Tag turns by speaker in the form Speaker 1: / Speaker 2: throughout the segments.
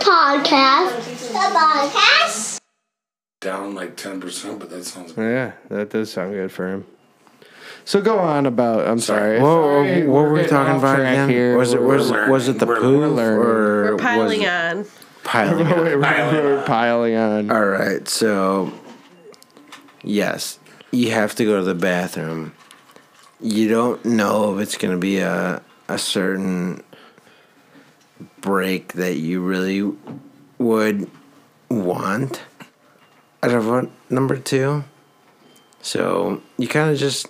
Speaker 1: podcast. The podcast.
Speaker 2: Down like ten percent, but that sounds.
Speaker 3: Oh, Yeah, that does sound good for him. So go on about. I'm
Speaker 2: Sorry.
Speaker 3: sorry. Sorry,
Speaker 4: Whoa, what were we
Speaker 3: getting
Speaker 4: talking
Speaker 3: off
Speaker 4: about
Speaker 3: track
Speaker 4: again?
Speaker 3: here.
Speaker 4: Was it was
Speaker 2: We're-
Speaker 4: was it the
Speaker 2: we're
Speaker 4: poo
Speaker 3: learning.
Speaker 4: or
Speaker 5: We're piling
Speaker 4: was it
Speaker 5: on.
Speaker 4: piling?
Speaker 3: Wait,
Speaker 4: on?
Speaker 3: we're- we're piling on.
Speaker 4: All right, so yes, you have to go to the bathroom. You don't know if it's going to be a a certain break that you really would want out of one, number two. So you kind of just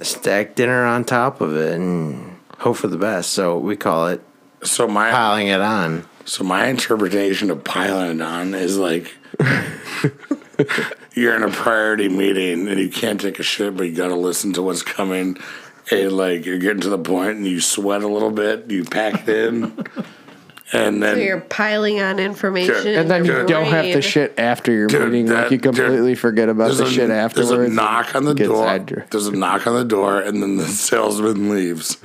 Speaker 4: stack dinner on top of it and hope for the best. So we call it
Speaker 2: So my
Speaker 4: piling it on.
Speaker 2: so my interpretation of piling on is like you're in a priority meeting and you can't take a shit, but you got to listen to what's coming. And like you're getting to the point and you sweat a little bit, you pack it in, and then
Speaker 5: So you're piling on information.
Speaker 2: Sure.
Speaker 3: And then you
Speaker 5: your
Speaker 3: don't have to
Speaker 5: brain.
Speaker 3: shit after your
Speaker 2: Dude,
Speaker 3: meeting.
Speaker 2: that-
Speaker 3: like you completely
Speaker 2: dude,
Speaker 3: forget about the
Speaker 2: a-
Speaker 3: shit afterwards.
Speaker 2: There's a knock on the
Speaker 3: Gets
Speaker 2: door.
Speaker 3: hydra-
Speaker 2: There's a knock on the door, and then the salesman leaves.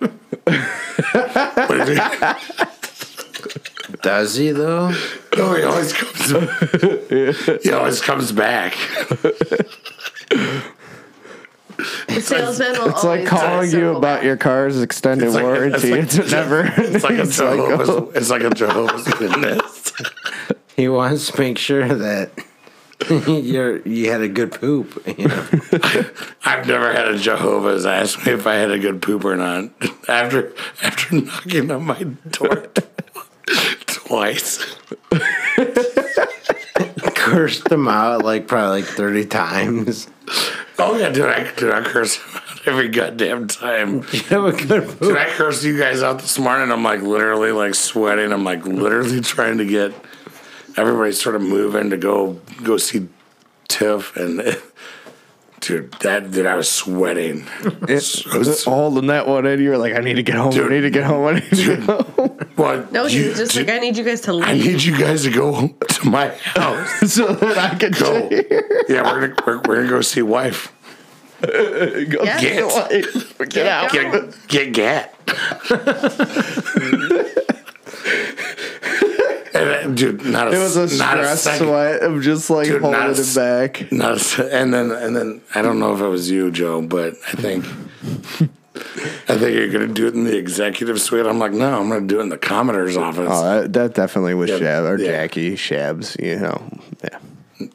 Speaker 2: But he-
Speaker 4: Does he though?
Speaker 2: no, he always comes. he always comes back.
Speaker 5: The salesman will
Speaker 3: It's like
Speaker 5: always
Speaker 3: calling you
Speaker 5: circle
Speaker 3: about
Speaker 5: back.
Speaker 3: your car's extended
Speaker 2: It's like-
Speaker 3: warranty.
Speaker 2: it's like-
Speaker 3: It's, never.
Speaker 2: It's like a Jehovah's. it's like a Jehovah's Witness.
Speaker 4: He wants to make sure that you're you had a good poop. You know?
Speaker 2: I've never had a Jehovah's ask me if I had a good poop or not after after knocking on my door twice.
Speaker 4: Cursed him out like probably like thirty times.
Speaker 2: Oh yeah, dude, I dude, I curse him out every goddamn time.
Speaker 4: You have a good poop.
Speaker 2: Dude, I cursed you guys out this morning. I'm like literally like sweating. I'm like literally trying to get everybody sort of moving to go go see Tiff and dude that dude I was sweating.
Speaker 3: It was holding that one in. You were like, I need to get home.
Speaker 2: Dude.
Speaker 3: I need to get home. I need to get home.
Speaker 2: What?
Speaker 5: No, he's
Speaker 2: you,
Speaker 5: just
Speaker 2: do-
Speaker 5: like, I need you guys to
Speaker 2: I
Speaker 5: leave.
Speaker 2: need you guys to go to my house.
Speaker 3: so that I could
Speaker 2: Go. yeah, we're gonna we're, we're gonna go see wife.
Speaker 3: go
Speaker 5: Yeah.
Speaker 3: get wife. Get, out.
Speaker 5: going.
Speaker 2: Get get gat. and, uh, dude, not a,
Speaker 3: It was a
Speaker 2: s- not a
Speaker 3: stress
Speaker 2: second.
Speaker 3: sweat of just like
Speaker 2: Dude, not
Speaker 3: holding
Speaker 2: a
Speaker 3: it
Speaker 2: s-
Speaker 3: back.
Speaker 2: Not so, and then and then I don't know if it was you, Joe, but I think I think you're gonna do it in the executive suite. I'm like, no, I'm gonna do it in the commodore's office.
Speaker 3: Oh, that, that definitely was
Speaker 2: Yeah,
Speaker 3: Shab or
Speaker 2: yeah.
Speaker 3: Jackie Shabs. You know, yeah.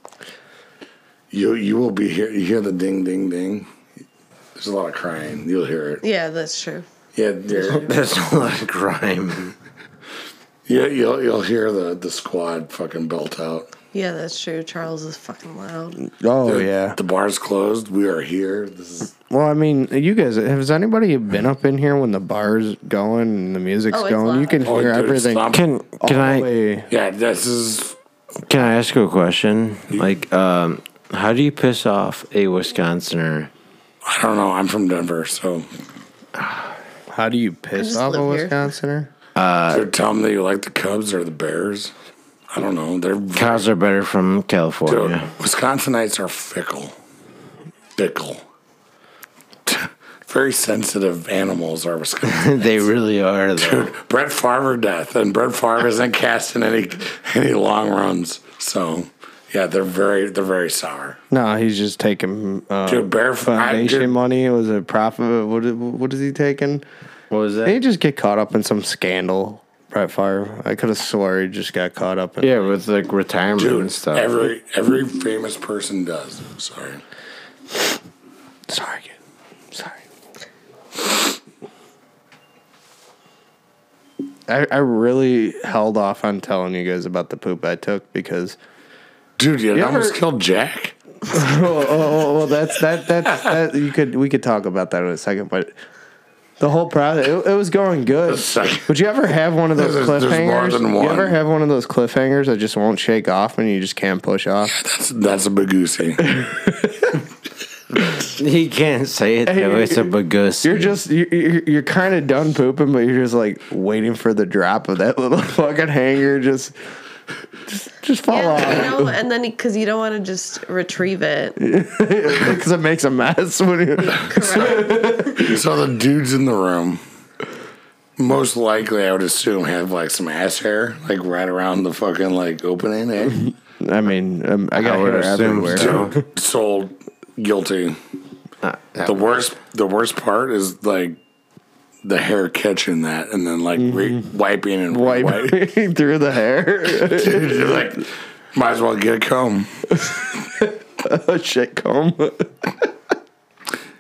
Speaker 2: you you will be here. You hear the ding, ding, ding. There's a lot of crying. You'll hear it.
Speaker 5: Yeah, that's true.
Speaker 2: Yeah, there-
Speaker 4: That's a lot of crime.
Speaker 2: yeah. You'll you'll hear the the squad fucking belt out.
Speaker 5: Yeah, that's true. Charles is fucking loud.
Speaker 3: Oh yeah.
Speaker 2: The bar's closed. We are here. This is
Speaker 3: Well, I mean, you guys, has anybody been up in here when the bar's going and the music's
Speaker 5: Oh, it's
Speaker 3: going? You
Speaker 5: loud.
Speaker 3: can
Speaker 2: Oh,
Speaker 3: hear
Speaker 2: dude,
Speaker 3: everything.
Speaker 2: stop.
Speaker 4: Can
Speaker 3: all
Speaker 4: can
Speaker 3: the
Speaker 4: I
Speaker 3: way.
Speaker 2: yeah. This is
Speaker 4: can I ask you a question? Like, um, how do you piss off a Wisconsiner?
Speaker 2: I don't know. I'm from Denver, so
Speaker 3: How do you
Speaker 5: I
Speaker 3: piss
Speaker 5: just
Speaker 3: off a
Speaker 5: live here.
Speaker 3: Wisconsiner?
Speaker 2: They're tell them that you like the Cubs or the Bears. I don't know. They're
Speaker 4: Cows are better from
Speaker 2: Dude,
Speaker 4: California.
Speaker 2: Wisconsinites are fickle, fickle, very sensitive animals are Wisconsin.
Speaker 4: they really are though.
Speaker 2: Brett Favre death, and Brett Favre isn't casting any any long runs. So yeah, they're very they're very sour.
Speaker 3: No, he's just taking uh,
Speaker 2: Dude, Bear
Speaker 3: foundation
Speaker 2: I, dude,
Speaker 3: money. It was a profit. What, is- what is he taking?
Speaker 4: What was
Speaker 3: Did he
Speaker 4: that?
Speaker 3: just get caught up in some scandal, Brett Favre? I could have swore he just got caught up in.
Speaker 4: Yeah, with like retirement and
Speaker 2: dude,
Speaker 4: stuff.
Speaker 2: every every famous person does. Sorry.
Speaker 3: Sorry, kid. Sorry. I, I really held off on telling you guys about the poop I took because
Speaker 2: Dude, you,
Speaker 3: You
Speaker 2: almost
Speaker 3: ever-
Speaker 2: killed Jack.
Speaker 3: oh, oh, oh, well that's that that's that you could we could talk about that in a second but the whole process it, it was going good
Speaker 2: The second-
Speaker 3: would you ever have one of those
Speaker 2: There's- there's more
Speaker 3: cliffhangers
Speaker 2: than
Speaker 3: you ever
Speaker 2: one.
Speaker 3: have one of those cliffhangers that just won't shake off and you just can't push off
Speaker 2: That's that's a bagusi.
Speaker 4: He can't say it though. It's a bagus.
Speaker 3: You're just you're you're, you're kind of done pooping, but you're just like waiting for the drop of that little fucking hanger. Just, just, just fall
Speaker 5: Yeah,
Speaker 3: off
Speaker 5: you know, and then because you don't want to just retrieve it.
Speaker 3: because it makes a mess when you.
Speaker 5: Correct.
Speaker 2: so the dudes in the room. most likely, I would assume, have like some ass hair, like right around the fucking like opening. Eh?
Speaker 3: I mean, um, I got
Speaker 4: I would
Speaker 3: hair
Speaker 4: assume
Speaker 3: everywhere.
Speaker 4: so.
Speaker 2: Dude, sold guilty.
Speaker 3: Uh,
Speaker 2: The worst, the worst part is like the hair catching that, and then like re- wiping and
Speaker 3: Mm-hmm. Wipe
Speaker 2: wiping.
Speaker 3: through the hair.
Speaker 2: Dude, you're like, might as well get a comb.
Speaker 3: a shit comb.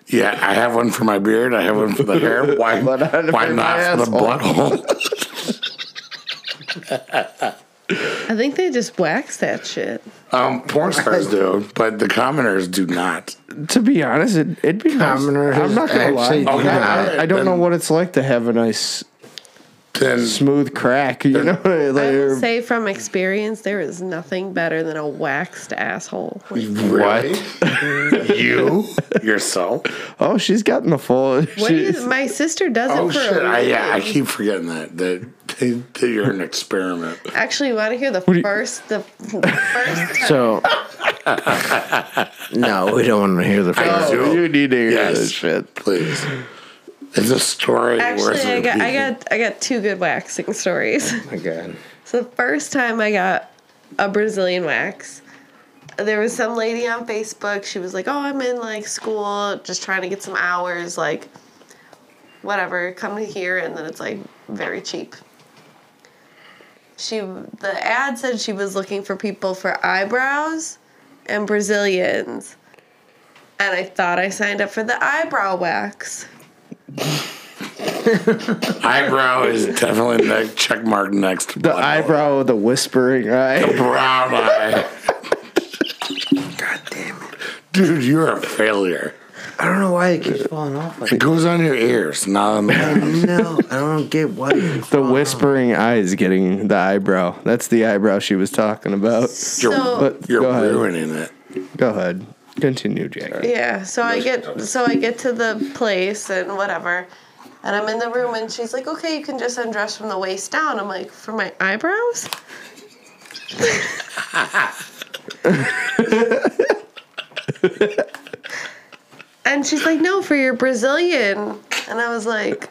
Speaker 2: Yeah, I have one for my beard. I have one for the hair. Why,
Speaker 3: But I had it
Speaker 2: why
Speaker 3: for my
Speaker 2: not for the butthole?
Speaker 5: I think they just wax that shit.
Speaker 2: um, porn stars do, but the commoners do not.
Speaker 3: to be honest, it, it'd be nice.
Speaker 4: Commoner
Speaker 3: I'm not gonna lie.
Speaker 4: actually
Speaker 3: I-
Speaker 2: do not.
Speaker 3: I, I don't know what it's like to have a nice
Speaker 2: Then
Speaker 3: smooth crack. You know,
Speaker 5: I
Speaker 3: Like,
Speaker 5: will say from experience, there is nothing better than a waxed asshole. Like,
Speaker 2: Really? you yourself?
Speaker 3: oh, she's gotten the full.
Speaker 5: what
Speaker 3: she-
Speaker 5: is, my sister does
Speaker 2: Oh
Speaker 5: it for
Speaker 2: shit!
Speaker 5: a
Speaker 2: I, yeah, I
Speaker 5: living.
Speaker 2: keep forgetting that that, that you're an experiment.
Speaker 5: Actually, you want to hear the
Speaker 3: you-
Speaker 5: first, the first
Speaker 4: So, no, we don't want to hear the
Speaker 2: I
Speaker 4: first.
Speaker 2: do.
Speaker 3: oh, you need to hear
Speaker 2: Yes.
Speaker 3: this shit.
Speaker 2: Please, it's a story.
Speaker 5: Actually,
Speaker 2: worth
Speaker 5: I got, I
Speaker 2: repeating.
Speaker 5: got I got two good waxing stories.
Speaker 4: Oh my god.
Speaker 5: So the first time I got a Brazilian wax, there was some lady on Facebook. She was like, "Oh, I'm in like school, just trying to get some hours, like whatever. Come to here, and then it's like very cheap." She the ad said she was looking for people for eyebrows and Brazilians. And I thought I signed up for the eyebrow wax.
Speaker 2: eyebrow is definitely neck check mark next. to
Speaker 3: The
Speaker 2: butthole.
Speaker 3: eyebrow, the whispering eye.
Speaker 2: brown eye.
Speaker 4: God damn it.
Speaker 2: Dude, you're a failure.
Speaker 4: I don't know why it keeps falling off like
Speaker 2: It goes on your ears, not on the
Speaker 4: No, I don't get why. it's
Speaker 3: The whispering eye is getting the eyebrow. That's the eyebrow she was talking about.
Speaker 2: You're,
Speaker 5: So-
Speaker 3: But
Speaker 2: you're
Speaker 3: go ahead.
Speaker 2: ruining it.
Speaker 3: Go ahead. Continue, Jack.
Speaker 5: Yeah, so I get so I get to the place and whatever, and I'm in the room and she's like, "Okay, you can just undress from the waist down." I'm like, "For my eyebrows?" and she's like, "No, for your Brazilian." And I was like,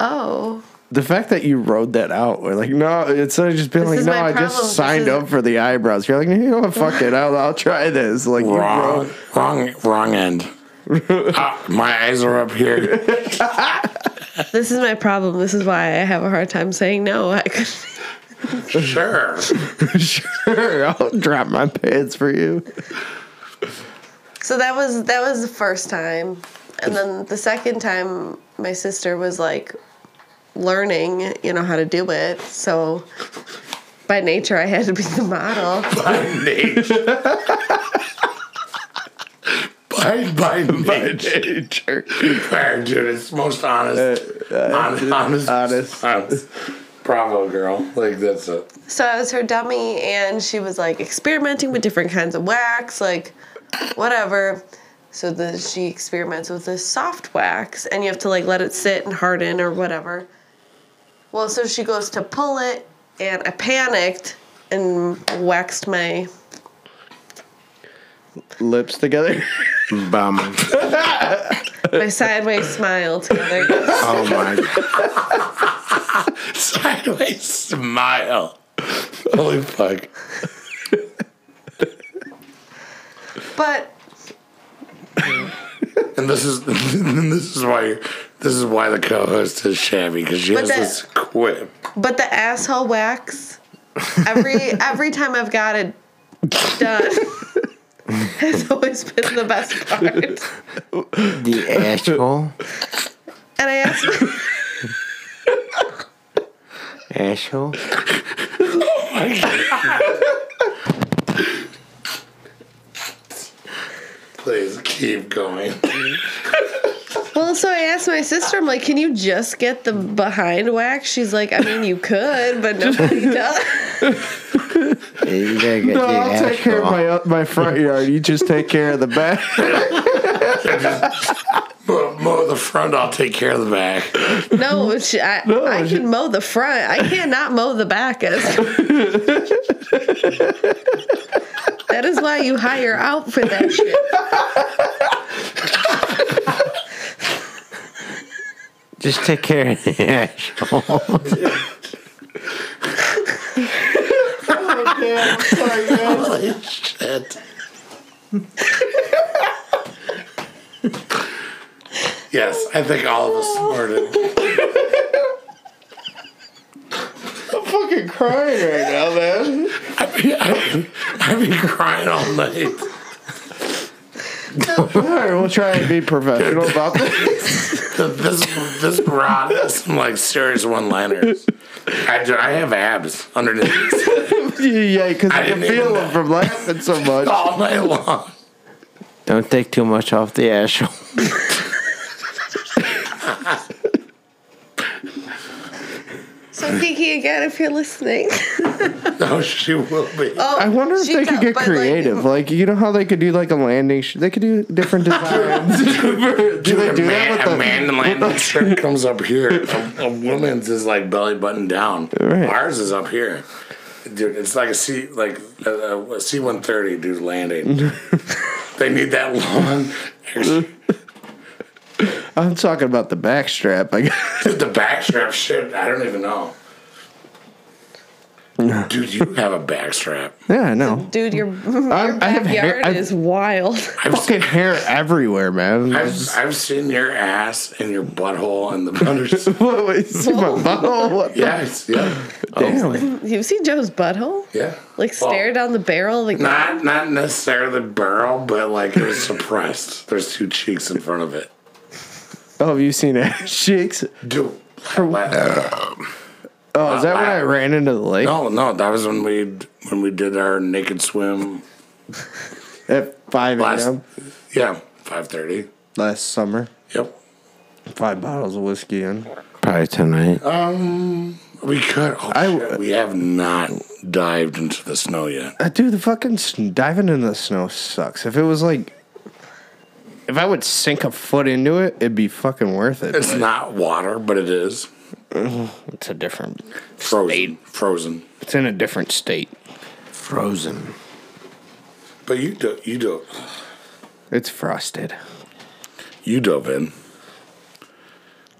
Speaker 5: "Oh,
Speaker 3: The fact that you wrote that out, we're like, no, it's not just been
Speaker 5: This
Speaker 3: like,
Speaker 5: is
Speaker 3: no,
Speaker 5: my
Speaker 3: I
Speaker 5: problem.
Speaker 3: just signed
Speaker 5: This is-
Speaker 3: up for the eyebrows. You're like, you know what, fuck it, I'll, I'll try this. Like, you
Speaker 2: Wrong,
Speaker 3: wrote,
Speaker 2: wrong, wrong end. Ah, my eyes are up here.
Speaker 5: this is my problem. This is why I have a hard time saying no." I could.
Speaker 2: Sure.
Speaker 3: sure, I'll drop my pants for you.
Speaker 5: So that was that was the first time, and then the second time, my sister was like learning, you know, how to do it. So by nature, I had to be the model.
Speaker 2: nature. by by nature.
Speaker 3: Sure.
Speaker 2: Fair, dude. It's most honest. Hon- honest.
Speaker 3: honest.
Speaker 2: honest. Bravo, girl. Like that's it.
Speaker 5: So I was her dummy, and she was like experimenting with different kinds of wax, like whatever. So the, she experiments with this soft wax, and you have to like let it sit and harden or whatever. Well, so she goes to pull it, and I panicked and waxed my
Speaker 3: Lips together.
Speaker 4: bum.
Speaker 5: my sideways smile together.
Speaker 4: Oh my
Speaker 2: Sideways smile. Holy fuck.
Speaker 5: But
Speaker 2: And this is and this is why this is why the co-host is shabby because she
Speaker 5: But
Speaker 2: has this quip.
Speaker 5: but the asshole wax every every time I've got it done has always been the best part.
Speaker 4: The asshole.
Speaker 5: And I asked my,
Speaker 4: Asshole.
Speaker 2: Please keep going.
Speaker 5: well, so I asked my sister, I'm like, can you just get the behind wax? She's like, I mean, you could, but nobody does.
Speaker 4: Yeah, You gotta get
Speaker 3: No,
Speaker 4: the
Speaker 3: I'll
Speaker 4: asshole.
Speaker 3: take care of my, my front yard. You just take care of the back.
Speaker 2: Mow, mow the front. I'll take care of the back.
Speaker 5: No, she, I, I can mow the front. I cannot mow the back. As- that is why you hire out for that shit.
Speaker 4: Just take care of the asshole.
Speaker 2: Holy shit. yes, I think all of us smarted.
Speaker 3: I'm fucking crying right now, man.
Speaker 2: I'd be, I'd, I'd be crying all night.
Speaker 3: All right, we'll try and be professional about this.
Speaker 2: This this broad has some like serious one liners. I, do- I have abs underneath
Speaker 3: yeah, because I,
Speaker 2: I
Speaker 3: can
Speaker 2: didn't even
Speaker 3: feel
Speaker 2: know.
Speaker 3: them from laughing so much.
Speaker 2: all night long.
Speaker 4: Don't take too much off the asshole.
Speaker 5: So Kiki, again, if you're listening,
Speaker 2: No, she will be.
Speaker 5: oh,
Speaker 3: I wonder if
Speaker 5: she
Speaker 3: they
Speaker 5: got-
Speaker 3: could get
Speaker 5: but, like,
Speaker 3: creative. Like, you know how they could do like a landing? Sh- they could do different designs. do they
Speaker 2: a
Speaker 3: do
Speaker 2: man,
Speaker 3: that
Speaker 2: a
Speaker 3: with the?
Speaker 2: man in landing shirt comes up here. A, a woman's is like belly button down.
Speaker 3: Right.
Speaker 2: Ours is up here. Dude, it's like a C like a, a, a C one thirty dude landing. they need that long.
Speaker 3: I'm talking about the backstrap. I guess.
Speaker 2: Dude, the backstrap shit. I don't even know. Dude, you have a backstrap.
Speaker 3: Yeah, I know.
Speaker 5: Dude, your, your
Speaker 3: I- I have hair-
Speaker 5: backyard
Speaker 3: I've-
Speaker 5: is wild.
Speaker 2: I've
Speaker 3: Fucking hair everywhere, man.
Speaker 2: I've, I've seen your ass and your butthole and the under.
Speaker 3: What, what, you see my butthole? What the-
Speaker 2: yes, yeah, Oh.
Speaker 3: Damn.
Speaker 5: You see Joe's butthole?
Speaker 2: yeah.
Speaker 5: Like
Speaker 2: Well,
Speaker 5: stare down the barrel. Like
Speaker 2: Not not necessarily the barrel, but like it was suppressed. There's two cheeks in front of it.
Speaker 3: Oh, have you seen ass cheeks?
Speaker 2: Dude.
Speaker 3: Oh, is that when I ran into the lake?
Speaker 2: No, no, that was when we when we did our naked swim
Speaker 3: At 5
Speaker 2: last.
Speaker 3: a.m.
Speaker 2: Yeah, five thirty.
Speaker 3: last summer.
Speaker 2: Yep.
Speaker 3: Five bottles of whiskey in.
Speaker 4: Probably tonight.
Speaker 2: We could. Oh,
Speaker 3: I-
Speaker 2: shit, we have not dived into the snow yet.
Speaker 3: Uh, dude, the fucking s- diving in the snow sucks. If it was like, if I would sink a foot into it, it'd be fucking worth it.
Speaker 2: It's not water, but it is
Speaker 3: It's a different.
Speaker 2: frozen. Frozen.
Speaker 3: It's in a different state.
Speaker 4: Frozen.
Speaker 2: But you do, you do,
Speaker 3: It's frosted.
Speaker 2: you dove in.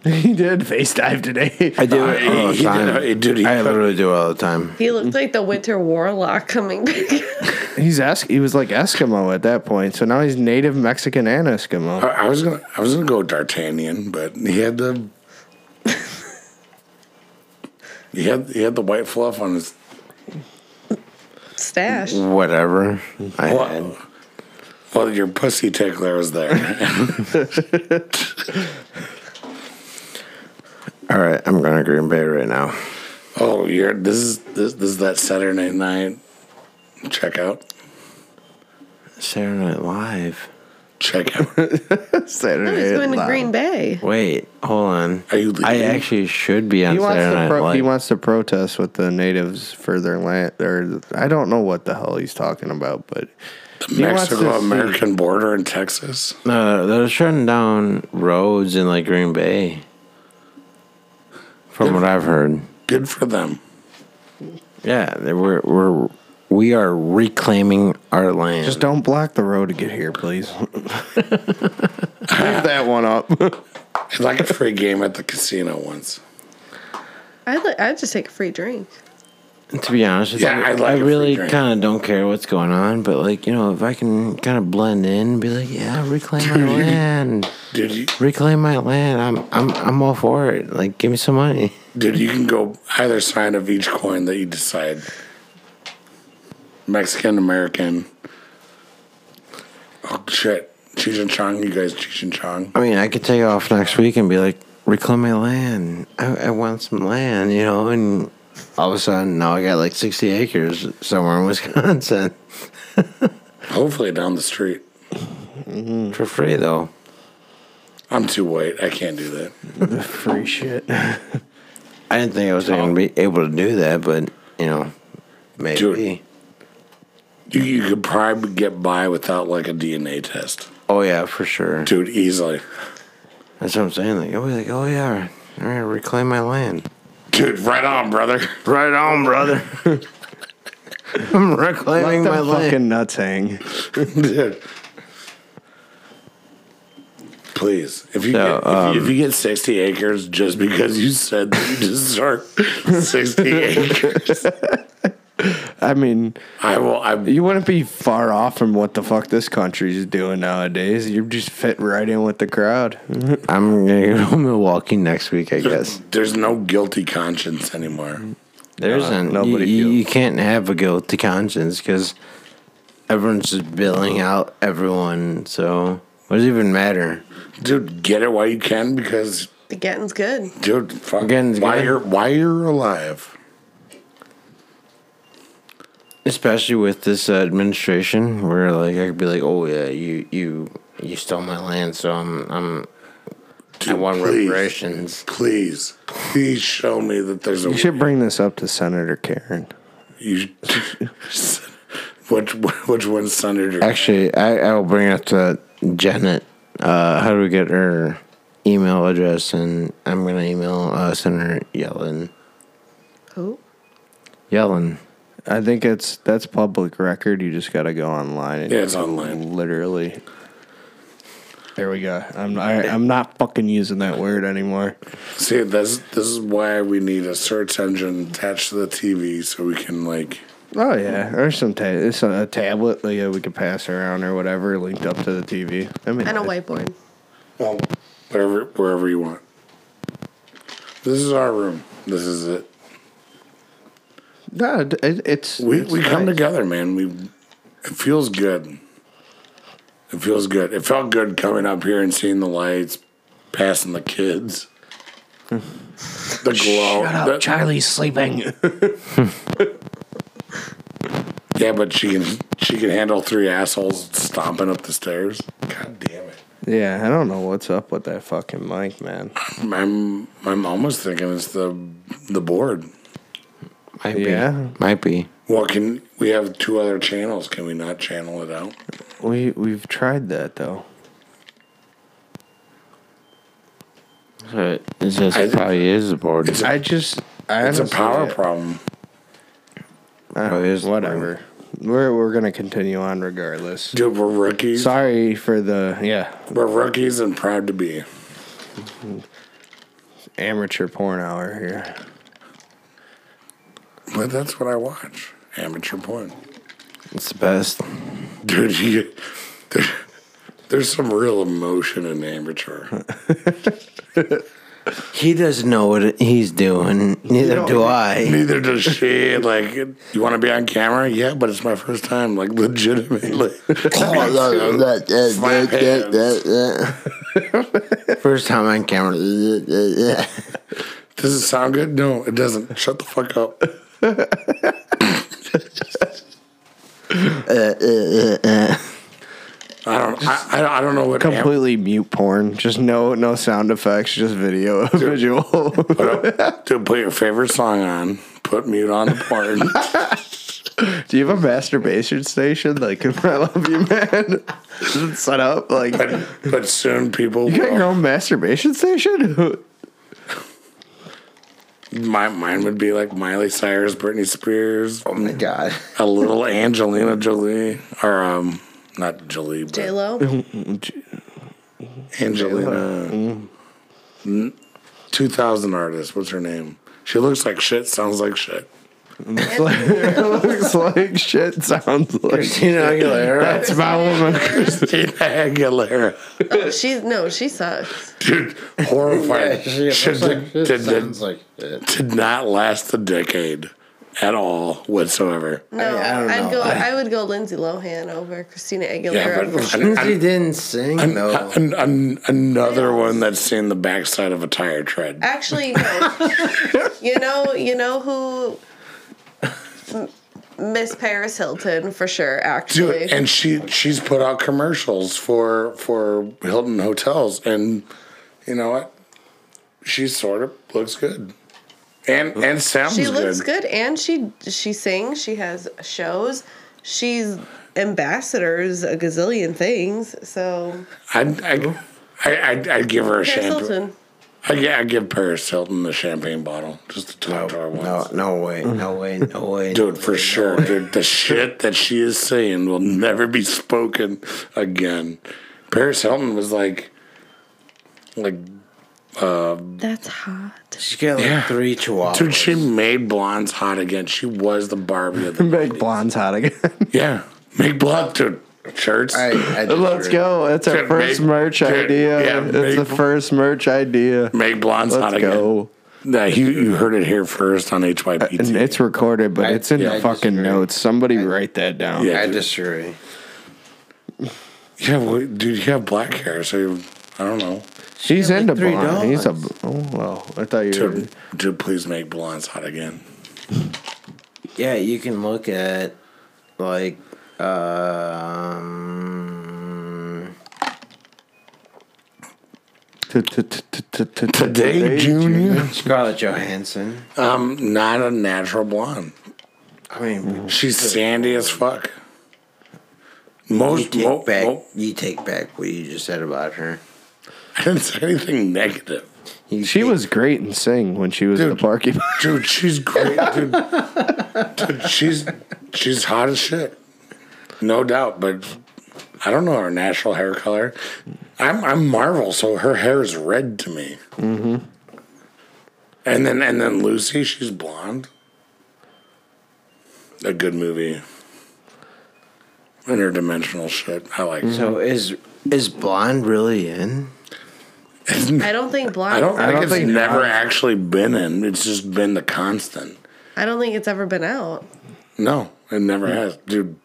Speaker 3: he did face dive today.
Speaker 4: I do it all the
Speaker 2: He- he-
Speaker 4: time.
Speaker 2: he- dude, he-
Speaker 4: I literally do it all the time.
Speaker 5: he looked like the winter warlock coming back.
Speaker 3: He's ask. He was like Eskimo at that point, so now he's native Mexican and Eskimo.
Speaker 2: I, I was gonna, I was gonna go D'Artagnan, but he had the, he had, he had the white fluff on his.
Speaker 5: Stash.
Speaker 4: Mm, Whatever. I had.
Speaker 2: Well, well, your pussy tickler was there.
Speaker 4: All right, I'm going to Green Bay right now.
Speaker 2: oh, you're this is this, this is that Saturday night checkout.
Speaker 4: Saturday Night Live.
Speaker 2: Checkout.
Speaker 5: Oh,
Speaker 3: Saturday.
Speaker 5: he's going
Speaker 3: Night
Speaker 5: to
Speaker 3: Live.
Speaker 5: Green Bay.
Speaker 4: Wait, hold on.
Speaker 2: Are you leaving?
Speaker 4: I actually should be on
Speaker 3: He wants,
Speaker 4: Saturday
Speaker 3: to
Speaker 4: Night
Speaker 3: pro-
Speaker 4: Live.
Speaker 3: he wants to protest with the natives for their land, or I don't know what the hell he's talking about, but he wants to see-
Speaker 2: Mexico American border in Texas.
Speaker 4: No, they're shutting down roads in like Green Bay. From what I've heard,
Speaker 2: Good for them.
Speaker 4: yeah, they we're we're we are reclaiming our land.
Speaker 3: Just don't block the road to get here, please. Leave that one up.
Speaker 2: It's like a free game at the casino once.
Speaker 5: I'd, li- I'd just take a free drink.
Speaker 4: to be honest, with
Speaker 2: Yeah,
Speaker 4: you,
Speaker 2: I'd like
Speaker 4: I
Speaker 2: a free
Speaker 4: really
Speaker 2: drink.
Speaker 4: kind of don't care what's going on, but like you know, if I can kind of blend in, and be like, yeah, reclaim my land,
Speaker 2: Dude, you,
Speaker 4: reclaim my land. I'm I'm I'm all for it. Like, give me some money.
Speaker 2: Dude, you can go either side of each coin that you decide. Mexican, American. Oh shit. Cheech and Chong, you guys Cheech and Chong.
Speaker 4: I mean, I could take off next week and be like, reclaim my land. I, I want some land, you know, and all of a sudden now I got like 60 acres somewhere in Wisconsin
Speaker 2: Hopefully down the street.
Speaker 4: for free, though.
Speaker 2: I'm too white. I can't do that.
Speaker 3: Free shit.
Speaker 4: I didn't think I was going to be able to do that, but, you know, maybe.
Speaker 2: Dude. You, you could probably get by without like a DNA test.
Speaker 4: Oh, yeah, for sure.
Speaker 2: Dude, easily.
Speaker 4: That's what I'm saying. Like, I'll be like, oh, yeah, I'm going to reclaim my land.
Speaker 2: Dude, right on, brother.
Speaker 4: Right on, brother. I'm reclaiming
Speaker 3: Let
Speaker 4: my
Speaker 3: them
Speaker 4: land.
Speaker 3: fucking nuts hang.
Speaker 2: Dude. Please, if you
Speaker 3: So,
Speaker 2: get, if, you, if you get sixty acres just because you said that you deserve sixty acres,
Speaker 3: I mean,
Speaker 2: I will. I
Speaker 3: you wouldn't be far off from what the fuck this country's doing nowadays. You just fit right in with the crowd.
Speaker 4: I'm gonna go to Milwaukee next week, I guess.
Speaker 2: there's no guilty conscience anymore.
Speaker 4: There
Speaker 3: Uh,
Speaker 4: isn't.
Speaker 3: nobody
Speaker 4: you,
Speaker 3: feels-
Speaker 4: you can't have a guilty conscience because everyone's just billing out everyone. So what does it even matter?
Speaker 2: Dude, get it while you can because
Speaker 5: The getting's good.
Speaker 2: dude, fuck,
Speaker 4: Again,
Speaker 2: why
Speaker 4: again.
Speaker 2: you're why you're alive.
Speaker 4: Especially with this uh, administration, where like I could be like, oh yeah, you you you stole my land, so I'm I'm I
Speaker 2: Dude,
Speaker 4: want
Speaker 2: please,
Speaker 4: reparations.
Speaker 2: Please, please show me that there's a
Speaker 3: You should bring this up to Senator Karen.
Speaker 2: You, which which one's Senator?
Speaker 4: Actually, I I will bring it to Janet. Uh, how do we get her email address? And I'm gonna email uh, Senator Yellen.
Speaker 5: Oh,
Speaker 4: Yellen.
Speaker 3: I think it's that's public record. You just gotta go online. And
Speaker 2: Yeah, it's online.
Speaker 3: Literally. There we go. I'm I, I'm not fucking using that word anymore.
Speaker 2: See, this this is why we need a search engine attached to the TV so we can like.
Speaker 3: Oh yeah, or some ta- it's a, a tablet that yeah, we could pass around or whatever, linked up to the TV. I mean,
Speaker 5: and a whiteboard.
Speaker 2: Well, wherever wherever you want. This is our room. This is it.
Speaker 3: No, it, it's
Speaker 2: We
Speaker 3: it's
Speaker 2: we come
Speaker 3: nice.
Speaker 2: together, man. We it feels good. It feels good. It felt good coming up here and seeing the lights, passing the kids. The glow.
Speaker 3: Hmm. Shut up,
Speaker 2: the-
Speaker 3: Charlie's sleeping.
Speaker 2: yeah, but she can she can handle three assholes stomping up the stairs. God damn it.
Speaker 3: yeah, I don't know what's up with that fucking mic, man.
Speaker 2: I'm I'm almost thinking it's the the board.
Speaker 4: Might
Speaker 3: Yeah.
Speaker 4: be. Might be.
Speaker 2: Well, can we have two other channels? Can we not channel it out?
Speaker 3: We we've tried that though.
Speaker 4: So it's just
Speaker 2: I-
Speaker 4: probably is the board.
Speaker 2: It's a,
Speaker 3: I just I
Speaker 2: it's a
Speaker 3: honestly-
Speaker 2: power problem.
Speaker 3: I-
Speaker 4: Probably is the
Speaker 3: whatever. We're we're gonna continue on regardless.
Speaker 2: Dude, we're rookies.
Speaker 3: Sorry for the yeah
Speaker 2: We're rookies and proud to be.
Speaker 3: amateur porn hour here.
Speaker 2: But that's what I watch. Amateur porn.
Speaker 4: It's the best.
Speaker 2: Dude, you get, there, there's some real emotion in amateur.
Speaker 4: He doesn't know what he's doing. Neither do I.
Speaker 2: Neither does she. Like, you want to be on camera? Yeah, but it's my first time. Like, legitimately.
Speaker 4: uh,
Speaker 2: Slap hands.
Speaker 4: First time on camera.
Speaker 2: Does it sound good? No, it doesn't. Shut the fuck up. I don't. I, I, I don't know what. am-
Speaker 3: Completely mute porn. Just no no sound effects. Just video visual.
Speaker 2: Dude, put your favorite song on. Put mute on the porn.
Speaker 3: Do you have a masturbation station? Like I love you, man. Is it set up like you
Speaker 2: but, but soon people.
Speaker 3: got your
Speaker 2: will.
Speaker 3: own masturbation station?
Speaker 2: My mine would be like Miley Cyrus, Britney Spears, um,
Speaker 4: Oh my god.
Speaker 2: a little Angelina Jolie, or um, not Jolie, but
Speaker 5: J Lo.
Speaker 2: Angelina. Mm. N- 2000 artist. What's her name? She looks like shit, sounds like shit.
Speaker 3: Looks like shit. Sounds like
Speaker 4: Christina Aguilera.
Speaker 3: that's my woman.
Speaker 2: Christina Aguilera.
Speaker 5: Oh, she's no, she sucks.
Speaker 2: Dude, horrifying. She did, did-
Speaker 4: sounds like it.
Speaker 2: did not last a decade at all whatsoever.
Speaker 5: No,
Speaker 4: I- I don't
Speaker 5: I, would
Speaker 4: know.
Speaker 5: go. I, would go Lindsay Lohan over Christina
Speaker 2: Yeah,
Speaker 5: Aguilera.
Speaker 2: but
Speaker 5: for sure.
Speaker 2: an- an-
Speaker 4: She didn't sing though.
Speaker 2: an- an- another one that's seen the backside of a tire tread.
Speaker 5: Actually, no. you know, you know who. M- Miss Paris Hilton for sure.
Speaker 2: Dude,
Speaker 5: Actually,
Speaker 2: and she she's put out commercials for for Hilton hotels, and you know what? She sort of looks good, and and sounds
Speaker 5: she
Speaker 2: good.
Speaker 5: looks good. and she she sings. She has shows. She's ambassadors a gazillion things. So
Speaker 2: I'd, I I I'd, I'd give her a
Speaker 5: Paris
Speaker 2: champagne.
Speaker 5: Hilton.
Speaker 2: I Uh, yeah, I'd give Paris Hilton the champagne bottle, just to talk to her once.
Speaker 4: No, no way, no way, no way.
Speaker 2: Dude, for sure, dude, the shit that she is saying will never be spoken again. Paris Hilton was like, Like,
Speaker 5: That's hot.
Speaker 4: She's got like
Speaker 2: Yeah.
Speaker 4: three chihuahuas.
Speaker 2: dude, she made blondes hot again. She was the Barbie of the
Speaker 3: Make blondes hot again.
Speaker 2: yeah. Make blonde dude shirts.
Speaker 4: I, I just
Speaker 3: Let's
Speaker 4: heard-
Speaker 3: go. That's our
Speaker 2: Dude,
Speaker 3: first
Speaker 2: make-
Speaker 3: merch
Speaker 2: dude,
Speaker 3: idea.
Speaker 2: yeah,
Speaker 3: it's the
Speaker 2: make-
Speaker 3: first merch idea.
Speaker 2: Make blondes hot
Speaker 3: Let's
Speaker 2: again.
Speaker 3: go. Uh,
Speaker 2: Yeah, you, you heard it here first on HYPT.
Speaker 3: And it's recorded, but
Speaker 4: I-
Speaker 3: it's in
Speaker 4: yeah,
Speaker 3: the
Speaker 4: I
Speaker 3: fucking
Speaker 4: disagree.
Speaker 3: notes. Somebody write that down.
Speaker 2: Yeah.
Speaker 4: I disagree.
Speaker 2: yeah, well, dude, you have black hair, so you, I don't know.
Speaker 3: She's
Speaker 4: had, like,
Speaker 3: into
Speaker 4: three
Speaker 3: blonde. He's a.
Speaker 4: dogs.
Speaker 3: Oh well, I thought you. Were,
Speaker 2: Dude, dude, please make blondes hot again.
Speaker 4: Yeah, you can look at like um
Speaker 3: T- t- t- t- t- t-
Speaker 2: Today, Junior,
Speaker 4: Scarlett Johansson.
Speaker 2: um, not a natural blonde.
Speaker 4: I mean,
Speaker 2: She's sandy as fuck. Most
Speaker 4: you take
Speaker 2: mo-
Speaker 4: back
Speaker 2: mo-
Speaker 4: you take back what you just said about her.
Speaker 2: I didn't say anything negative.
Speaker 4: You
Speaker 3: She
Speaker 4: take-
Speaker 3: was great in Sing when she was the
Speaker 2: Dude.
Speaker 3: barkeeper.
Speaker 2: Dude, she's great. Dude, dude she's she's hot as shit, no doubt. But I don't know her natural hair color. I'm I'm Marvel, so her hair is red to me. Mm-hmm. And then and then Lucy, she's blonde. A good movie. Interdimensional shit. I like. it.
Speaker 4: So is is blonde really in?
Speaker 5: I don't think blonde.
Speaker 2: I don't. I,
Speaker 3: don't
Speaker 2: think it's
Speaker 3: think-
Speaker 2: never actually been in. It's just been the constant.
Speaker 5: think it's ever been out.
Speaker 2: No, it never has, dude.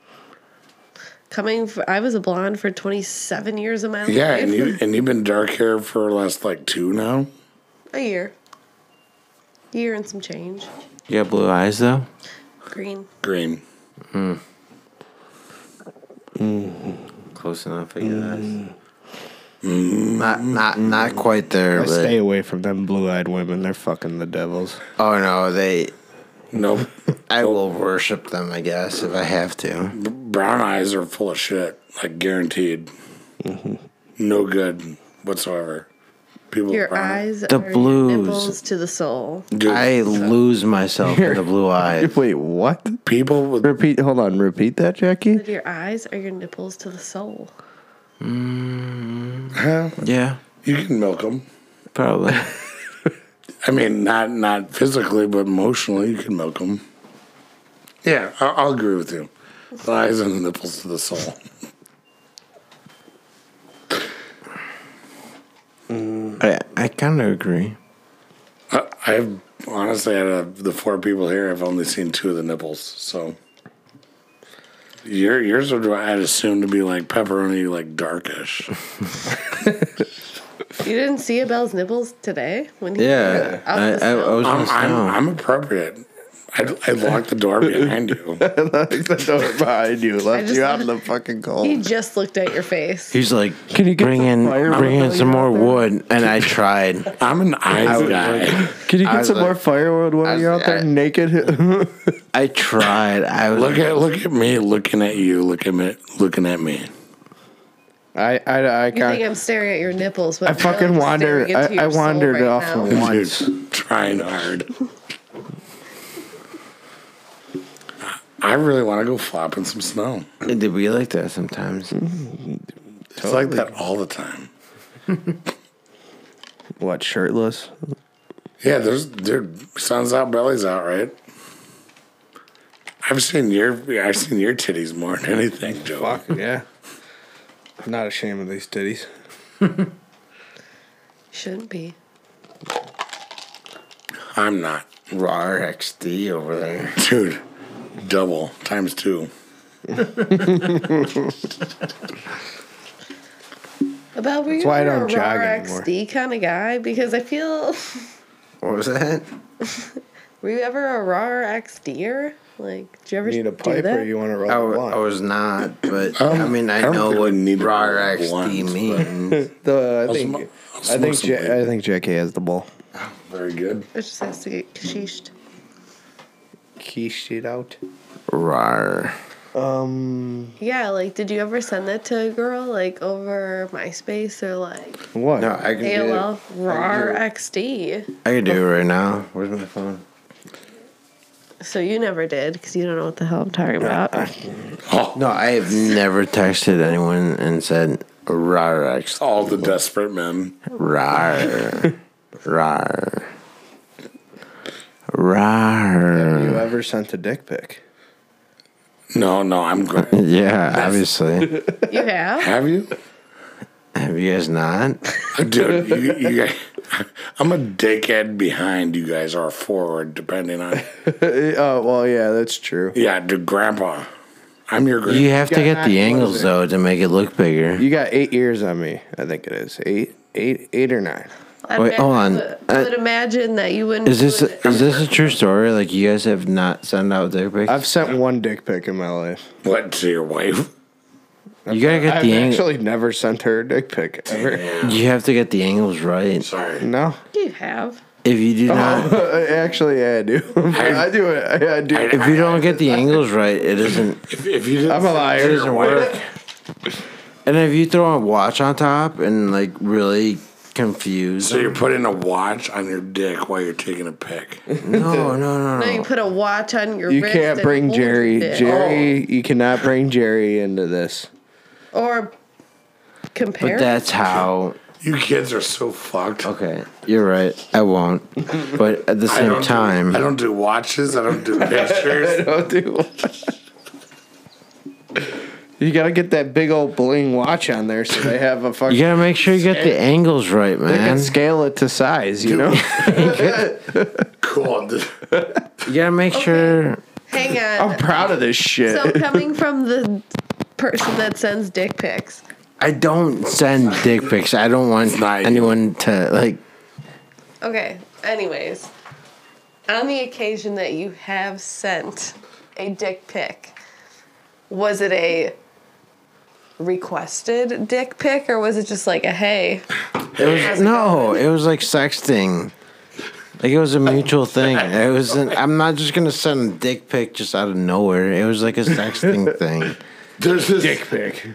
Speaker 5: Coming, f I I was a blonde for 27 years of my life.
Speaker 2: Yeah, and you and you've been dark hair for the last like two now.
Speaker 5: a year, year and some change.
Speaker 4: You got blue eyes though.
Speaker 5: Green.
Speaker 2: Green.
Speaker 4: Close enough, I guess.
Speaker 3: Mm.
Speaker 4: Not not not quite there,
Speaker 3: I
Speaker 4: but
Speaker 3: Stay away from them blue-eyed women. They're fucking the devils.
Speaker 4: oh no, they.
Speaker 2: Nope.
Speaker 4: I will worship them, I guess, if I have to.
Speaker 2: Brown eyes are full of shit, like guaranteed.
Speaker 5: Mm-hmm.
Speaker 2: No good whatsoever. People. with
Speaker 5: Your
Speaker 2: brown-
Speaker 5: eyes
Speaker 4: The
Speaker 5: are your
Speaker 4: blues.
Speaker 5: nipples to the soul.
Speaker 2: Dude,
Speaker 4: I lose myself in the blue eyes.
Speaker 3: Wait, what?
Speaker 2: people with
Speaker 3: Repeat. Hold on. Repeat that, Jackie.
Speaker 5: That Your eyes are your nipples to the soul.
Speaker 4: Yeah,
Speaker 2: you can milk them.
Speaker 4: probably.
Speaker 2: I mean, not not physically, but emotionally, you can milk them. Yeah, I, I'll agree with you. The eyes and the nipples to the soul.
Speaker 4: I I kind of agree.
Speaker 2: I, I've honestly, out of the four people here, I've only seen two of the nipples. So your yours would I'd assume to be like pepperoni, like darkish.
Speaker 5: You didn't see Abel's nipples today when he
Speaker 4: Yeah,
Speaker 5: Out
Speaker 4: I,
Speaker 5: the
Speaker 4: I, I was
Speaker 2: I'm,
Speaker 4: gonna
Speaker 2: I'm,
Speaker 4: know.
Speaker 2: I'm appropriate. I, I locked the door behind you.
Speaker 3: the door behind you left
Speaker 5: just-
Speaker 3: you out in the fucking
Speaker 5: He
Speaker 3: cold.
Speaker 5: just looked at your face.
Speaker 4: He's like,
Speaker 3: Can you get
Speaker 4: bring
Speaker 3: the
Speaker 4: in
Speaker 3: fire
Speaker 4: bring in
Speaker 3: really
Speaker 4: some
Speaker 3: out
Speaker 4: more
Speaker 3: there?"
Speaker 4: wood? And I tried.
Speaker 2: I'm an eyes guy.
Speaker 3: Can you
Speaker 4: I
Speaker 3: get
Speaker 4: was
Speaker 3: some
Speaker 4: like-
Speaker 3: more firewood
Speaker 4: I
Speaker 3: while
Speaker 4: was
Speaker 3: you're out
Speaker 4: like,
Speaker 3: there
Speaker 4: I-
Speaker 3: naked?
Speaker 4: I tried. I was
Speaker 2: Look at look at me, looking at you, looking at looking at me.
Speaker 3: I I I
Speaker 5: You think
Speaker 3: got.
Speaker 5: I'm staring at your nipples? But
Speaker 3: I fucking wandered. I, I wandered off of once.
Speaker 2: Dude, trying hard. I really want to go flop in some snow.
Speaker 4: Did we like that sometimes?
Speaker 2: It's like that all the time.
Speaker 3: What shirtless?
Speaker 2: Yeah, there's dude, sun's out, belly's out, right? I've seen your I've seen your titties more than anything, Joe.
Speaker 3: yeah. I'm not ashamed of these titties.
Speaker 5: Shouldn't be.
Speaker 2: I'm not.
Speaker 4: Raw RXD over there.
Speaker 2: Dude, double times two.
Speaker 5: Abel, were you
Speaker 3: why I
Speaker 5: ever a
Speaker 3: don't jog
Speaker 5: raw
Speaker 3: anymore.
Speaker 5: XD kind of guy? Because I feel.
Speaker 4: What was that?
Speaker 5: Were you ever a raw XDer? Like, did you ever
Speaker 3: You need a
Speaker 5: do
Speaker 3: pipe
Speaker 5: that?
Speaker 3: or you want to roll
Speaker 4: I,
Speaker 3: a
Speaker 4: wa-
Speaker 3: blunt?
Speaker 4: I was not, but
Speaker 2: Um,
Speaker 4: I mean, I,
Speaker 2: I don't
Speaker 4: know
Speaker 2: think
Speaker 4: what
Speaker 2: we need
Speaker 4: raw
Speaker 2: to
Speaker 4: RXD
Speaker 2: blunts,
Speaker 4: means.
Speaker 3: the, I
Speaker 2: I'll
Speaker 3: think,
Speaker 2: sm- I'll
Speaker 3: I,
Speaker 2: smoke
Speaker 3: think
Speaker 2: some
Speaker 3: Ja-
Speaker 2: weed.
Speaker 3: I think Jackie has the ball.
Speaker 2: Very good.
Speaker 5: It just has to get kashished.
Speaker 3: Quiche it out.
Speaker 4: raw.
Speaker 3: Um,
Speaker 5: Yeah, like, did you ever send that to a girl, like, over MySpace or, like,
Speaker 3: what?
Speaker 4: No, I can do
Speaker 5: AOL?
Speaker 4: it.
Speaker 5: Raw XD.
Speaker 4: I can do it right now. Where's my phone?
Speaker 5: So you never did, because you don't know what the hell I'm talking about.
Speaker 2: Oh,
Speaker 4: No, I have never texted anyone and said Rar, actually.
Speaker 2: All the desperate men.
Speaker 4: Rar. Rar. Rar.
Speaker 3: You ever sent a dick pic?
Speaker 2: No, no, I'm good.
Speaker 4: Yeah, obviously.
Speaker 5: You have?
Speaker 2: Have you? Uh,
Speaker 4: Have you guys not?
Speaker 2: Dude, you, you guys, I'm a dickhead behind you guys are forward, depending on.
Speaker 4: Uh,
Speaker 3: Oh well, yeah, that's true.
Speaker 2: Yeah, dude, grandpa. I'm your grandpa.
Speaker 4: You have to
Speaker 3: got
Speaker 4: get the
Speaker 3: that
Speaker 4: angles
Speaker 3: closer.
Speaker 4: though to make it look bigger.
Speaker 3: You got eight years on me. I think it is eight, eight, eight or nine.
Speaker 5: I'd
Speaker 4: Wait, hold on. Uh,
Speaker 5: imagine- I would imagine that you wouldn't.
Speaker 4: Is this
Speaker 5: do it.
Speaker 4: is this a true story? Like you guys have not sent out dick pics?
Speaker 3: I've sent one dick pic in my life.
Speaker 2: What to your wife?
Speaker 4: you gotta get
Speaker 3: I've
Speaker 4: the angle.
Speaker 3: actually never sent her a dick pic ever.
Speaker 4: You have to get the angles right.
Speaker 2: Sorry.
Speaker 3: No,
Speaker 5: you have?
Speaker 4: If you do
Speaker 3: Oh.
Speaker 4: not,
Speaker 3: actually, yeah, I do. I do it. I do.
Speaker 4: if you don't get the angles right, it doesn't
Speaker 2: If, if you didn't
Speaker 3: I'm a liar.
Speaker 2: It doesn't work.
Speaker 4: And if you throw a watch on top and like really confused,
Speaker 2: So you're putting a watch on your dick while you're taking a pic.
Speaker 4: no, no, no,
Speaker 5: No,
Speaker 4: no.
Speaker 5: you put a watch on your
Speaker 3: You
Speaker 5: wrist
Speaker 3: can't
Speaker 5: and
Speaker 3: bring
Speaker 5: hold
Speaker 3: Jerry.
Speaker 5: it.
Speaker 3: Jerry, you cannot bring Jerry into this.
Speaker 5: Or compare.
Speaker 4: But that's how.
Speaker 2: You kids are so fucked.
Speaker 4: Okay, you're right. I won't. But at the
Speaker 2: I don't
Speaker 4: same
Speaker 2: do-
Speaker 4: time,
Speaker 2: I don't do watches. I don't do pictures.
Speaker 3: Don't do. you gotta get that big old bling watch on there so they have a fucking.
Speaker 4: you gotta make sure you get the angles right,
Speaker 3: they can
Speaker 4: man.
Speaker 3: scale it to size. You know.
Speaker 2: cool.
Speaker 4: You gotta make sure.
Speaker 5: Hang
Speaker 3: I'm
Speaker 5: on.
Speaker 4: Oh,
Speaker 3: proud of this shit.
Speaker 5: So coming from the person that sends dick pics,
Speaker 4: I don't send dick pics. I don't want
Speaker 2: not you.
Speaker 4: anyone to like.
Speaker 5: Okay. Anyways, on the occasion that you have sent a dick pic, was it a requested dick pic or was it just like a hey?
Speaker 4: It was no. It was like sexting. Like it was a mutual thing. It was. An, I'm not just gonna send a dick pic just out of nowhere. It was like a sexting thing.
Speaker 2: There's this.
Speaker 3: pic.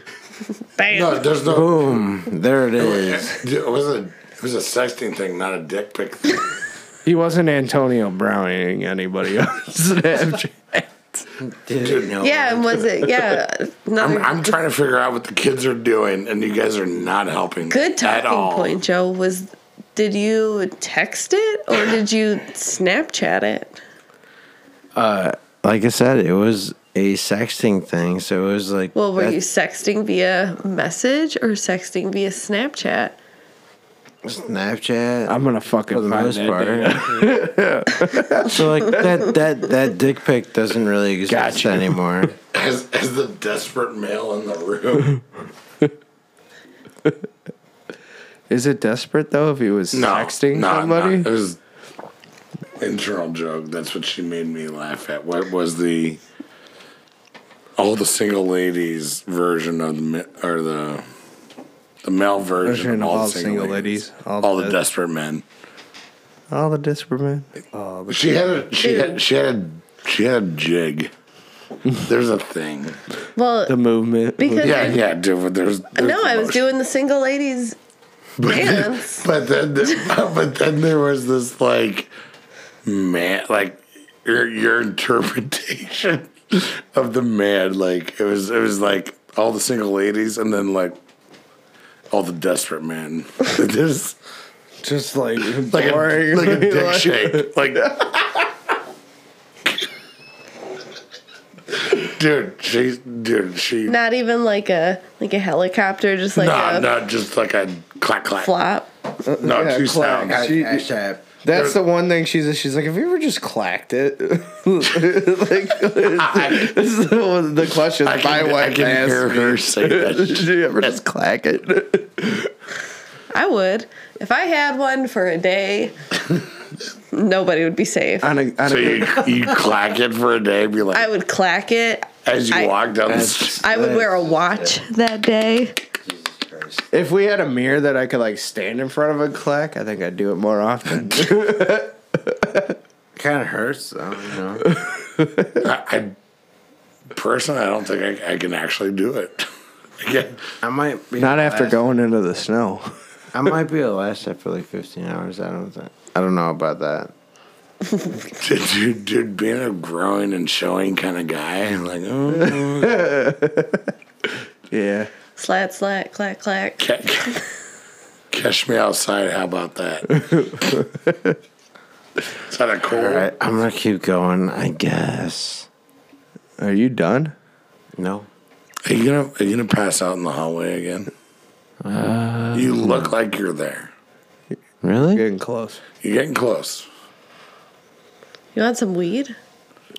Speaker 5: Bam.
Speaker 2: No, there's no.
Speaker 4: Boom! There it is.
Speaker 2: It was a it was a sexting thing, not a dick pic thing.
Speaker 3: He wasn't Antonio Browning anybody else.
Speaker 4: Dude, no.
Speaker 5: yeah, and was it yeah,
Speaker 2: I'm,
Speaker 5: another
Speaker 2: I'm trying to figure out what the kids are doing, and you guys are not helping.
Speaker 5: good
Speaker 2: at all.
Speaker 5: talking point, Joe, was did you text it or did you Snapchat it?
Speaker 4: Like I said, it was a sexting thing, so it was like.
Speaker 5: Well, were
Speaker 4: that-
Speaker 5: you sexting via message or sexting via Snapchat?
Speaker 4: Snapchat?
Speaker 3: I'm gonna
Speaker 4: for
Speaker 3: fucking
Speaker 4: the
Speaker 3: find
Speaker 4: most
Speaker 3: that part.
Speaker 4: part. so like that that that dick pic doesn't really exist
Speaker 3: Gotcha.
Speaker 4: anymore.
Speaker 2: As as the desperate male in the room.
Speaker 3: Is it desperate though? If he was
Speaker 2: No,
Speaker 3: texting
Speaker 2: no,
Speaker 3: somebody,
Speaker 2: no. It was internal joke. That's what she made me laugh at. What was the all the single ladies version of the ma- or the the male version,
Speaker 3: Version
Speaker 2: of all, the single, ladies, all, the, desperate men.
Speaker 3: all the desperate men.
Speaker 2: She had a she had she had a, she had a jig. There's a thing.
Speaker 5: Well,
Speaker 3: The movement.
Speaker 5: because
Speaker 2: Yeah, yeah, dude. But there's, there's
Speaker 5: No, I was
Speaker 2: emotion.
Speaker 5: doing the single ladies dance.
Speaker 2: But then, but then there was this like, man, like your your interpretation of the man, like it was it was like all the single ladies and then like all the desperate men. There's
Speaker 3: just like
Speaker 2: like a,
Speaker 3: boring.
Speaker 2: like a dick shake, like. Dude, she, dude, she,
Speaker 5: Not even like a like a helicopter, just like
Speaker 2: nah,
Speaker 5: a
Speaker 2: not just like a clack, clack.
Speaker 5: flop.
Speaker 2: No,
Speaker 3: Yeah,
Speaker 2: two
Speaker 3: clack.
Speaker 2: sounds.
Speaker 3: She- that's the one thing she's she's like. Have you ever just clacked it? like
Speaker 2: I-
Speaker 3: this is the, one, the question
Speaker 2: I
Speaker 3: my
Speaker 2: can, I
Speaker 3: wife
Speaker 2: can hear
Speaker 3: asked.
Speaker 2: her say that.
Speaker 3: Did you ever just clack it?
Speaker 5: I would if I had one for a day. nobody would be safe.
Speaker 3: on a, on
Speaker 2: So
Speaker 3: a,
Speaker 2: you you clack it for a day, and be like
Speaker 5: I would clack it.
Speaker 2: as you
Speaker 5: I-
Speaker 2: walk down the street.
Speaker 5: I would wear a watch that day.
Speaker 3: if we had a mirror that I could like stand in front of and clack, I think I'd do it more often.
Speaker 4: Kind of hurts though, you know.
Speaker 2: I, I personally, I don't think I, I can actually do it. Again,
Speaker 4: I might be
Speaker 3: Not after
Speaker 4: last-
Speaker 3: going into the snow.
Speaker 4: I might be a last for like 15 hours. I don't think. I don't know about that.
Speaker 2: dude, dude, dude, being a growing and showing kind of guy, like oh,
Speaker 3: Yeah.
Speaker 5: Slat, slat, clack, clack.
Speaker 2: Ca- ca- Catch me outside. How about that? Is that a cool?
Speaker 4: All right, I'm gonna keep going, I guess.
Speaker 3: Are you done?
Speaker 4: No.
Speaker 2: Are you gonna Are you gonna pass out in the hallway again?
Speaker 4: Uh,
Speaker 2: you look like you're there.
Speaker 4: Really?
Speaker 3: Getting close.
Speaker 2: You're getting close.
Speaker 5: You want some weed?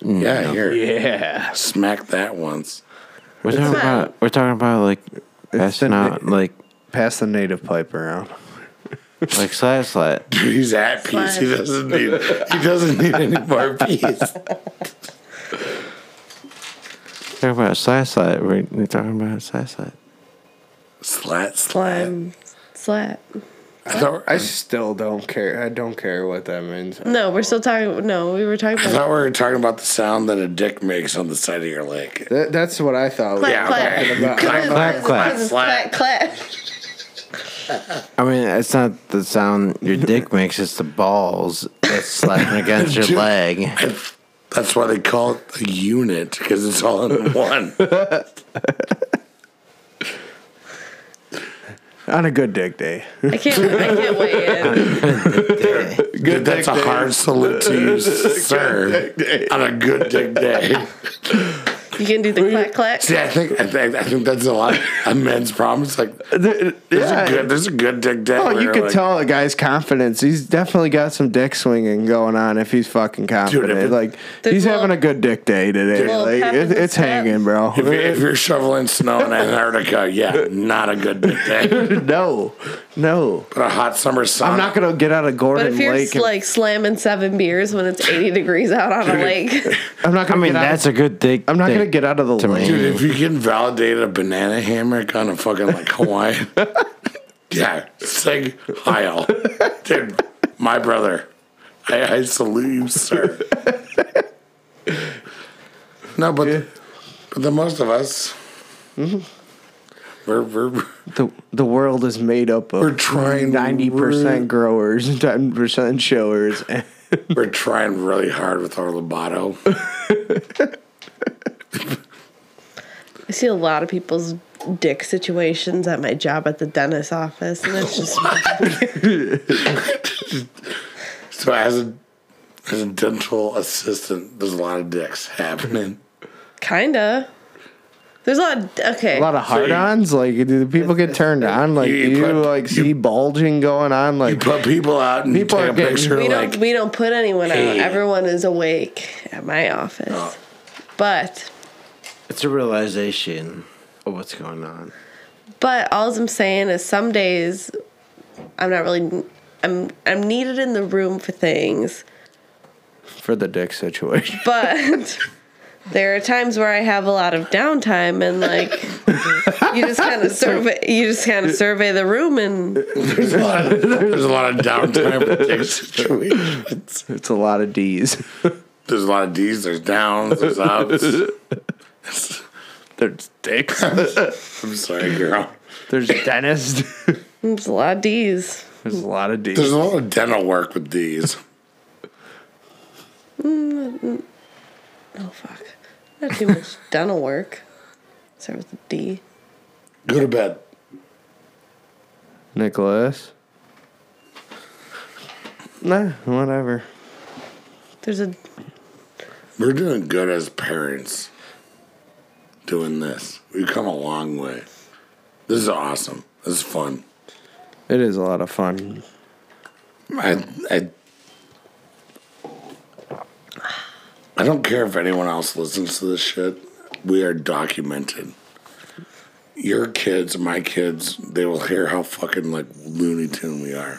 Speaker 2: Yeah, here.
Speaker 3: Yeah.
Speaker 2: Smack that once.
Speaker 4: We're talking
Speaker 5: fine.
Speaker 4: about we're talking about like passing out like
Speaker 3: Pass the native pipe around.
Speaker 4: like slat slat.
Speaker 2: Dude, he's at peace. He
Speaker 5: Slash.
Speaker 2: doesn't need. He doesn't need any more peace.
Speaker 4: Talking about slat slat. We're we're talking about slat slat.
Speaker 2: Slat slam.
Speaker 5: Slime, slat.
Speaker 2: I thought, I,
Speaker 3: I still don't care. I don't care what that means.
Speaker 5: No, we're still talking. No, we were talking
Speaker 2: I
Speaker 5: about
Speaker 2: thought we were talking about the sound that a dick makes on the side of your leg.
Speaker 3: That, that's what I thought.
Speaker 5: clack,
Speaker 2: Yeah,
Speaker 5: clack.
Speaker 2: okay.
Speaker 3: about-
Speaker 4: Clack,
Speaker 5: Clack,
Speaker 4: clack.
Speaker 5: Because it's clack, clack.
Speaker 4: I mean, it's not the sound your dick makes; it's the balls that's slapping against your
Speaker 2: Dude.
Speaker 4: leg.
Speaker 2: That's why they call it a unit because it's all in one.
Speaker 3: On a good dick day.
Speaker 5: I can't. I can't weigh in.
Speaker 2: Dude, that's a hard salute to you, sir, on a good dick day.
Speaker 5: You can do the clack, clack.
Speaker 2: See, I think I think, I think that's a lot of men's problems. Like, there's a good there's a good dick day.
Speaker 3: Oh,
Speaker 2: where
Speaker 3: you
Speaker 2: you're
Speaker 3: could
Speaker 2: like,
Speaker 3: tell a guy's confidence. He's definitely got some dick swinging going on if he's fucking confident.
Speaker 2: it-
Speaker 3: like
Speaker 5: Dude,
Speaker 3: he's
Speaker 5: well-
Speaker 3: having a good dick day today.
Speaker 5: Well,
Speaker 3: Like
Speaker 5: Pat
Speaker 3: it,
Speaker 5: was
Speaker 3: it's
Speaker 5: upset.
Speaker 3: hanging, bro.
Speaker 2: If, you're- if you're shoveling snow in Antarctica, yeah, not a good dick day.
Speaker 3: no, no.
Speaker 2: But a hot summer sun.
Speaker 3: I'm not gonna get out of Gordon
Speaker 5: But if you're
Speaker 3: Lake. and-
Speaker 5: like slamming seven beers when it's 80 degrees out on a lake,
Speaker 3: I'm not
Speaker 4: I
Speaker 3: gonna.
Speaker 4: mean,
Speaker 3: get out
Speaker 4: that's
Speaker 3: of,
Speaker 4: a good dick.
Speaker 3: I'm not
Speaker 4: dick.
Speaker 3: gonna get out of the
Speaker 4: to me.
Speaker 3: lake.
Speaker 2: Dude, if you can validate a banana hammock on a fucking like Hawaiian, yeah, sing Heil. Dude, my brother, I, I salute you, sir. No, but but the most of us,
Speaker 3: Mm-hmm.
Speaker 2: we're, we're
Speaker 3: The the world is made up
Speaker 2: we're
Speaker 3: of
Speaker 2: trying
Speaker 3: ninety percent growers, and ten percent showers. And
Speaker 2: re- We're trying really hard with our libato.
Speaker 5: I see a lot of people's dick situations at my job at the dentist office, and it's just
Speaker 2: So as a as a dental assistant, there's a lot of dicks happening.
Speaker 5: kinda. There's a lot. Of, okay.
Speaker 3: a lot of hard-ons. Like, do the people get turned on? Like,
Speaker 2: You- you
Speaker 3: do you
Speaker 2: put-
Speaker 3: like see bulging going on?
Speaker 2: You
Speaker 3: Like,
Speaker 2: put people out and
Speaker 3: People
Speaker 2: take
Speaker 3: are
Speaker 2: a
Speaker 3: getting-
Speaker 2: picture
Speaker 5: we
Speaker 2: like
Speaker 5: don't. We don't put anyone out.
Speaker 2: Hey.
Speaker 5: Everyone is awake at my office.
Speaker 3: Oh.
Speaker 5: But
Speaker 4: It's a realization of what's going on.
Speaker 5: But all I'm saying is some days I'm not really I'm I'm needed in the room for things.
Speaker 3: for the dick situation.
Speaker 5: But there are times where I have a lot of downtime and like you just kind of survey you just kind of survey the room and
Speaker 2: There's a lot of, there's a lot of downtime with dick situations.
Speaker 3: It's a lot of D's.
Speaker 2: There's a lot of D's, there's downs, there's ups.
Speaker 3: There's dicks.
Speaker 2: I'm sorry, girl.
Speaker 3: There's dentist.
Speaker 5: it's a lot of D's.
Speaker 3: There's a lot of
Speaker 2: There's
Speaker 3: D's.
Speaker 2: a lot of dental work with D's.
Speaker 5: Oh fuck. Not too much dental work. Start with a D.
Speaker 2: Go to bed.
Speaker 3: Nicholas. Nah, whatever.
Speaker 5: There's a
Speaker 2: We're doing good as parents doing this. We've come a long way. This is awesome. This is fun.
Speaker 3: It is a lot of fun.
Speaker 2: I I I don't care if anyone else listens to this shit. We are documented. Your kids, my kids, they will hear how fucking like Looney Tune we are.